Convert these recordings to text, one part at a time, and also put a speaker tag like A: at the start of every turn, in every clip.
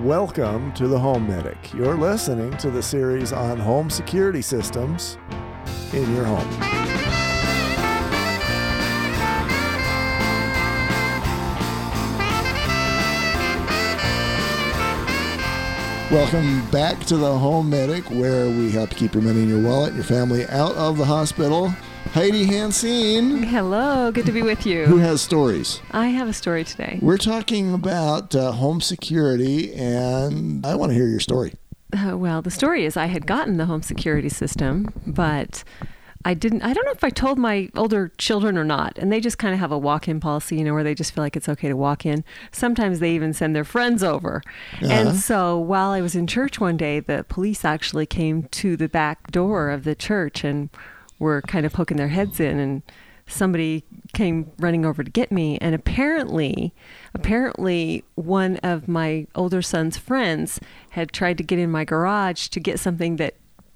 A: Welcome to the Home Medic. You're listening to the series on home security systems in your home. Welcome back to the Home Medic, where we help keep your money in your wallet, your family out of the hospital. Heidi Hansine,
B: Hello, good to be with
A: who
B: you.
A: has stories.
B: I have a story today.
A: We're talking about uh, home security, and I want to hear your story.
B: Uh, well, the story is I had gotten the home security system, but I didn't. I don't know if I told my older children or not, and they just kind of have a walk-in policy, you know, where they just feel like it's okay to walk in. Sometimes they even send their friends over.
A: Uh-huh.
B: And so while I was in church one day, the police actually came to the back door of the church and were kind of poking their heads in and somebody came running over to get me and apparently apparently one of my older son's friends had tried to get in my garage to get something that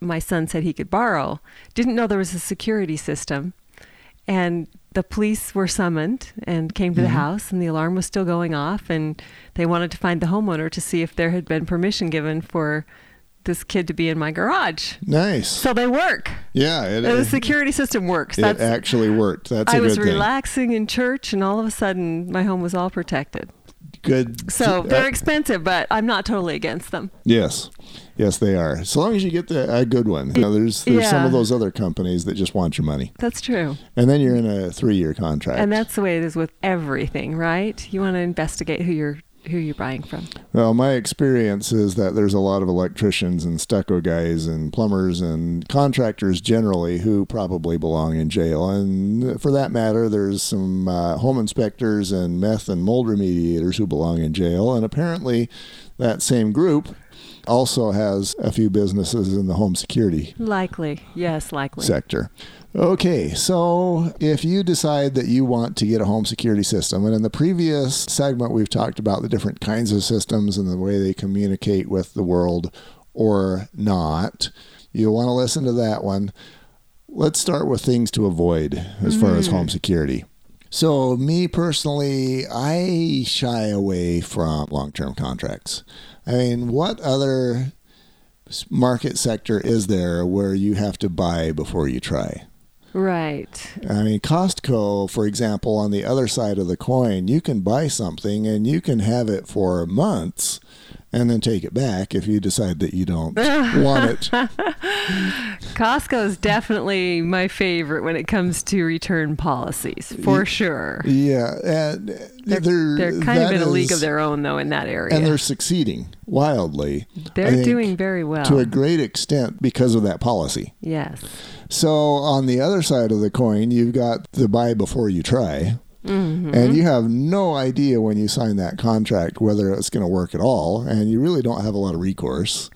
B: my son said he could borrow didn't know there was a security system and the police were summoned and came to the house and the alarm was still going off and they wanted to find the homeowner to see if there had been permission given for this kid to be in my garage
A: Nice.
B: so they work
A: Yeah, it,
B: the
A: it,
B: security system works
A: it
B: that's
A: actually worked. That's a
B: I was
A: good thing.
B: relaxing in church, and all of a sudden, my home was all protected.
A: Good.
B: So
A: uh,
B: they're expensive, but I'm not totally against them.
A: Yes, yes, they are. So long as you get the, a good one. You know, there's there's some
B: Yeah.
A: of those other companies that just want your money,
B: That's true,
A: and then you're in a three year contract.
B: and that's the way it is with everything, right? You want to investigate who you're who you're buying from.
A: well, my experience is that there's a lot of electricians and stucco guys and plumbers and contractors generally who probably belong in jail, and for that matter, there's some uh, home inspectors and meth and mold remediators who belong in jail, and apparently, that same group also has a few businesses in the home security
B: Likely, yes, likely.
A: sector. Okay, so if you decide that you want to get a home security system, and in the previous segment, we've talked about the different kinds of systems and the way they communicate with the world or not, you'll want to listen to that one. Let's start with things to avoid as far as home security. So, me personally, I shy away from long term contracts. I mean, what other s- market sector is there where you have to buy before you try?
B: Right.
A: I mean, Costco, for example, on the other side of the coin, you can buy something and you can have it for months and then take it back if you decide that you don't want it.
B: Costco is definitely my favorite when it comes to return policies, for sure.
A: Yeah. And they're,
B: They're kind of
A: that
B: in a league
A: is-
B: of their own, though, in that area.
A: And they're succeeding wildly. I
B: They're
A: think,
B: doing very well.
A: To a great extent because of that policy.
B: yes.
A: So on the other side of the coin, you've got the buy before you try. And you have no idea when you sign that contract whether it's going to work at all. And you really don't have a lot of recourse.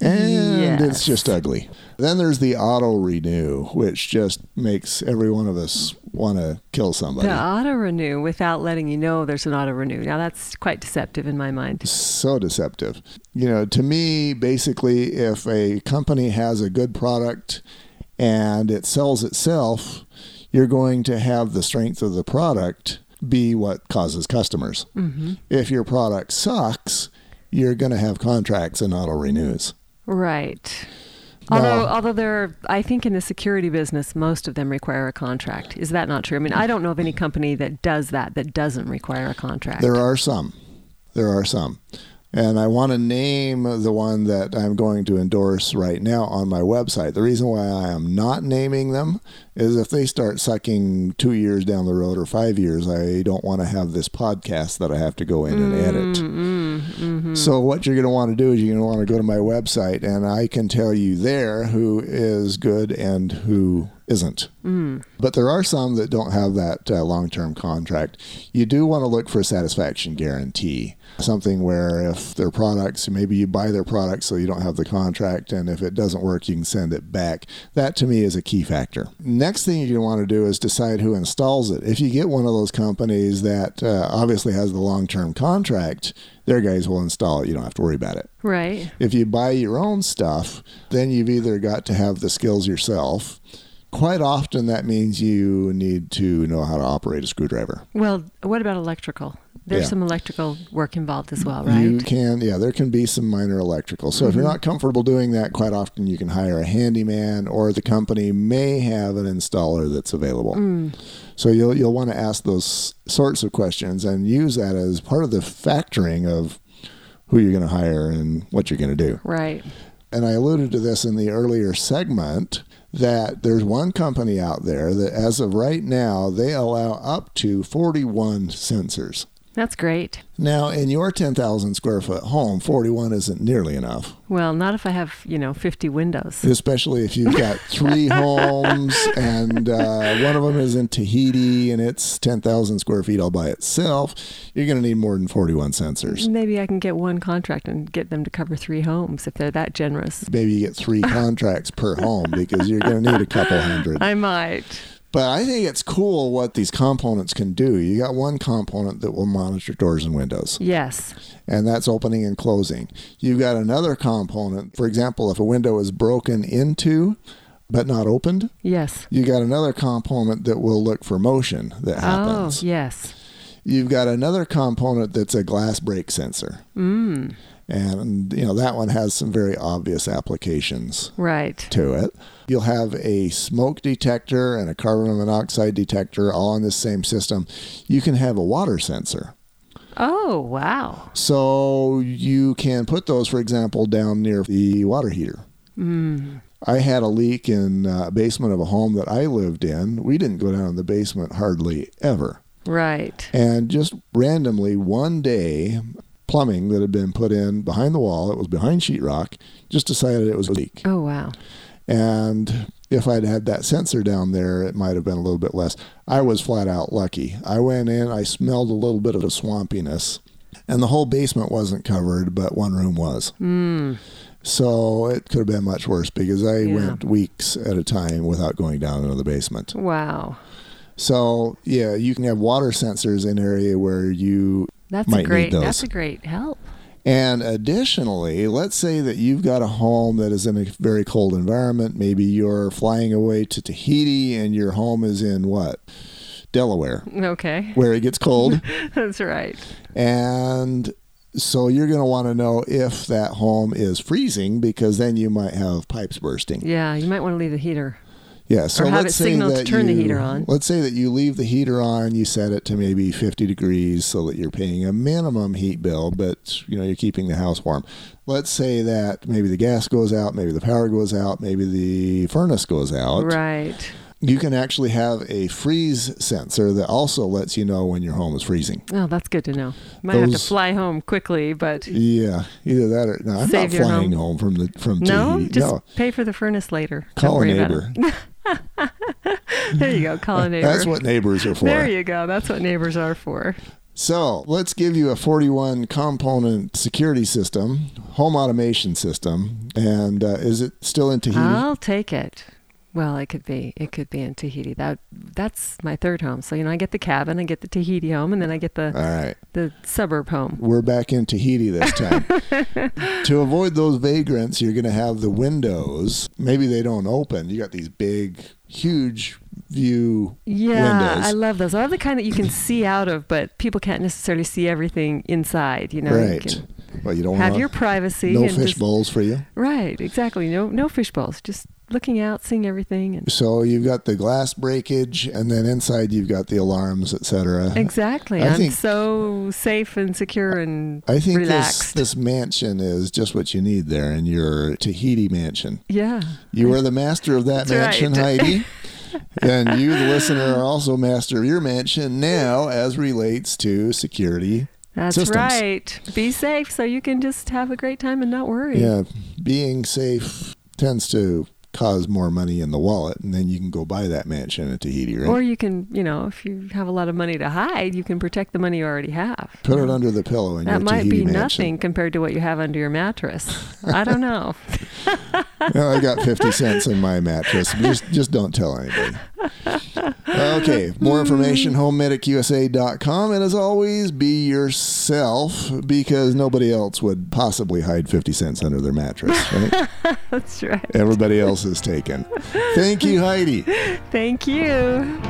A: And it's
B: Yes.
A: just ugly. Then there's the auto renew, which just makes every one of us want to kill somebody.
B: The auto renew without letting you know there's an auto renew. Now that's quite deceptive in my mind.
A: so deceptive. You know, to me, basically, if a company has a good product and it sells itself, you're going to have the strength of the product be what causes customers. If your product sucks, you're going to have contracts and auto renews.
B: Right.
A: No.
B: Although, although there are, I think in the security business, most of them require a contract. Is that not true? I mean, I don't know of any company that does that that doesn't require a contract.
A: There are some. There are some. And I want to name the one that I'm going to endorse right now on my website. The reason why I am not naming them is if they start sucking two years down the road or five years, I don't want to have this podcast that I have to go in and edit. So what you're going to want to do is you're going to want to go to my website, and I can tell you there who is good and who isn't. But there are some that don't have that uh, long-term contract. You do want to look for a satisfaction guarantee, something where if their products, maybe you buy their products so you don't have the contract, and if it doesn't work, you can send it back. That to me is a key factor. Next thing you're going to want to do is decide who installs it. If you get one of those companies that uh, obviously has the long-term contract, their guys will install it. You don't have to worry about it.
B: right.
A: If you buy your own stuff, then you've either got to have the skills yourself. Quite often, that means you need to know how to operate a screwdriver.
B: Well, what about electrical? There's
A: Yeah.
B: some electrical work involved as well, right?
A: You can, yeah, there can be some minor electrical. So if you're not comfortable doing that, quite often you can hire a handyman, or the company may have an installer that's available. So you'll you'll want to ask those sorts of questions and use that as part of the factoring of who you're going to hire and what you're going to do.
B: Right.
A: And I alluded to this in the earlier segment that there's one company out there that, as of right now, they allow up to 41 sensors.
B: That's great.
A: Now, in your 10,000 square foot home, 41 isn't nearly enough,
B: Well, not if I have, you know, 50 windows.
A: especially if you've got three homes and uh, one of them is in Tahiti and it's 10,000 square feet all by itself. You're going to need more than 41 sensors.
B: Maybe I can get one contract and get them to cover three homes if they're that generous.
A: Maybe you get three contracts per home because you're going to need a couple hundred.
B: I might.
A: But I think it's cool what these components can do. You got one component that will monitor doors and windows,
B: Yes.
A: and that's opening and closing. You've got another component, for example, if a window is broken into but not opened,
B: Yes.
A: you got another component that will look for motion that happens.
B: Oh, yes.
A: You've got another component that's a glass break sensor. Mm. And you know that one has some very obvious applications
B: Right.
A: to it. You'll have a smoke detector and a carbon monoxide detector all on this same system. You can have a water sensor.
B: Oh, wow.
A: So you can put those, for example, down near the water heater. I had a leak in uh, a basement of a home that I lived in. We didn't go down in the basement hardly ever.
B: Right.
A: And just randomly one day, plumbing that had been put in behind the wall, it was behind sheetrock, just decided it was a leak.
B: Oh, wow.
A: And if I'd had that sensor down there, it might have been a little bit less. I was flat out lucky. I went in, I smelled a little bit of a swampiness, and the whole basement wasn't covered, but one room was. So it could have been much worse because I
B: Yeah.
A: went weeks at a time without going down into the basement.
B: Wow.
A: So, yeah, you can have water sensors in area where you
B: That's
A: might
B: a great
A: need those.
B: that's a great help.
A: And additionally, let's say that you've got a home that is in a very cold environment. Maybe you're flying away to Tahiti and your home is in what? Delaware,
B: Okay.
A: where it gets cold.
B: That's right.
A: and so you're going to want to know if that home is freezing because then you might have pipes bursting.
B: Yeah, you might want to leave the heater.
A: Yeah, so
B: Or have
A: let's say
B: it signal to
A: that
B: turn the
A: you,
B: heater on.
A: Let's say that you leave the heater on, you set it to maybe 50 degrees so that you're paying a minimum heat bill, but you know, you're keeping the house warm. Let's say that maybe the gas goes out, maybe the power goes out, maybe the furnace goes out.
B: Right.
A: You can actually have a freeze sensor that also lets you know when your home is freezing.
B: Oh, that's good to know. Might have to
A: Those-
B: fly home quickly, but
A: Yeah, either that or no, I'm
B: Save
A: not
B: your
A: flying home,
B: home.
A: from the from
B: no,
A: Tahiti.
B: just
A: no,
B: pay for the furnace later. Don't
A: call a
B: worry about
A: neighbor.
B: it. There you go, call a neighbor.
A: That's what neighbors are for.
B: There you go. That's what neighbors are for.
A: So let's give you a 41 component security system, home automation system, and uh, is it still in Tahiti?
B: I'll take it. Well, it could be. It could be in Tahiti. That that's my third home. So you know, I get the cabin, I get the Tahiti home, and then I get the
A: All right,
B: the suburb home.
A: we're back in Tahiti this time. to avoid those vagrants, you're going to have the windows. Maybe they don't open. You got these big, huge view
B: Yeah,
A: windows.
B: I love those. I love the kind that you can see out of, but people can't necessarily see everything inside. You know, You
A: right.
B: can
A: well, you don't
B: have
A: want
B: your privacy.
A: no
B: and
A: fish
B: just-
A: bowls for you.
B: Right, exactly. No, no fish bowls. Just looking out, seeing everything, and
A: So you've got the glass breakage, and then inside you've got the alarms, etc.
B: exactly.
A: I
B: I'm
A: think-
B: so safe and secure and
A: I think this,
B: relaxed.
A: this mansion is just what you need there in your Tahiti mansion.
B: yeah,
A: You are the master of that
B: That's
A: mansion,
B: right.
A: Heidi. and you, the listener, are also master of your mansion now as relates to security.
B: that's
A: systems.
B: right. Be safe so you can just have a great time and not worry.
A: Yeah, being safe tends to cause more money in the wallet, and then you can go buy that mansion in Tahiti, right?
B: Or you can, you know, if you have a lot of money to hide, you can protect the money you already have.
A: Put it under the pillow in
B: That
A: your
B: might
A: Tahiti
B: be
A: mansion.
B: nothing compared to what you have under your mattress. I don't know.
A: well, I got 50 cents in my mattress. Just, just don't tell anybody. Okay. More information, homemedicusa.com. And as always, be yourself because nobody else would possibly hide 50 cents under their mattress, right?
B: That's right.
A: Everybody else is taken. Thank you, Heidi.
B: Thank you.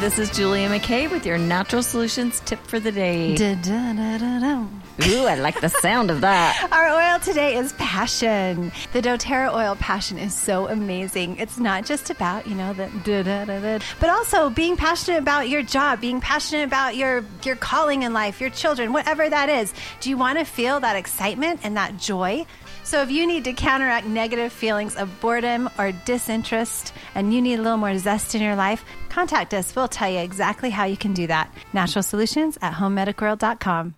C: This is Julia McKay with your Natural Solutions tip for the day.
D: Da-da-da-da-da.
C: Ooh, I like the sound of that.
D: Our oil today is passion. The doTERRA oil passion is so amazing. It's not just about, you know, the da da da da, but also being passionate about your job, being passionate about your your calling in life, your children, whatever that is. Do you want to feel that excitement and that joy? So if you need to counteract negative feelings of boredom or disinterest and you need a little more zest in your life, contact us. We'll tell you exactly how you can do that. Natural Solutions at homemedicworld.com.